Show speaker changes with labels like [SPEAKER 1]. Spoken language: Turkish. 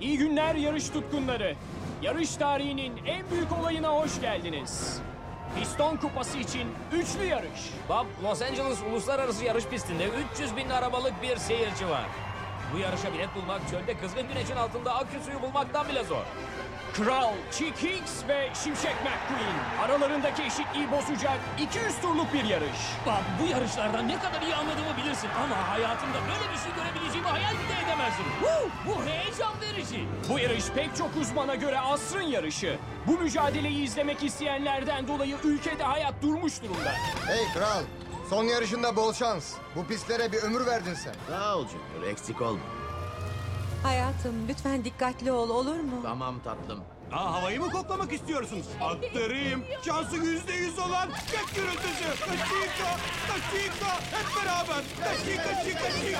[SPEAKER 1] İyi günler yarış tutkunları. Yarış tarihinin en büyük olayına hoş geldiniz. Piston kupası için üçlü yarış.
[SPEAKER 2] Bob, Los Angeles Uluslararası Yarış Pisti'nde 300 bin arabalık bir seyirci var. Bu yarışa bilet bulmak çölde kızgın güneşin altında akü suyu bulmaktan bile zor.
[SPEAKER 1] Kral Chick Hicks ve Şimşek McQueen aralarındaki eşitliği bozacak 200 turluk bir yarış.
[SPEAKER 3] Bak bu yarışlardan ne kadar iyi anladığımı bilirsin ama hayatımda böyle bir şey görebileceğimi hayal bile edemezdim. Woo! Bu heyecan verici.
[SPEAKER 1] Bu yarış pek çok uzmana göre asrın yarışı. Bu mücadeleyi izlemek isteyenlerden dolayı ülkede hayat durmuş durumda.
[SPEAKER 4] Hey kral, son yarışında bol şans. Bu pistlere bir ömür verdin sen.
[SPEAKER 5] Sağ ol Junior, eksik olma.
[SPEAKER 6] Hayatım lütfen dikkatli ol olur mu?
[SPEAKER 5] Tamam tatlım.
[SPEAKER 7] Aa, havayı mı koklamak istiyorsunuz? Aktarayım. Şansı yüzde yüz olan tek gürültüsü. Dakika, dakika, hep beraber. Dakika, dakika, dakika.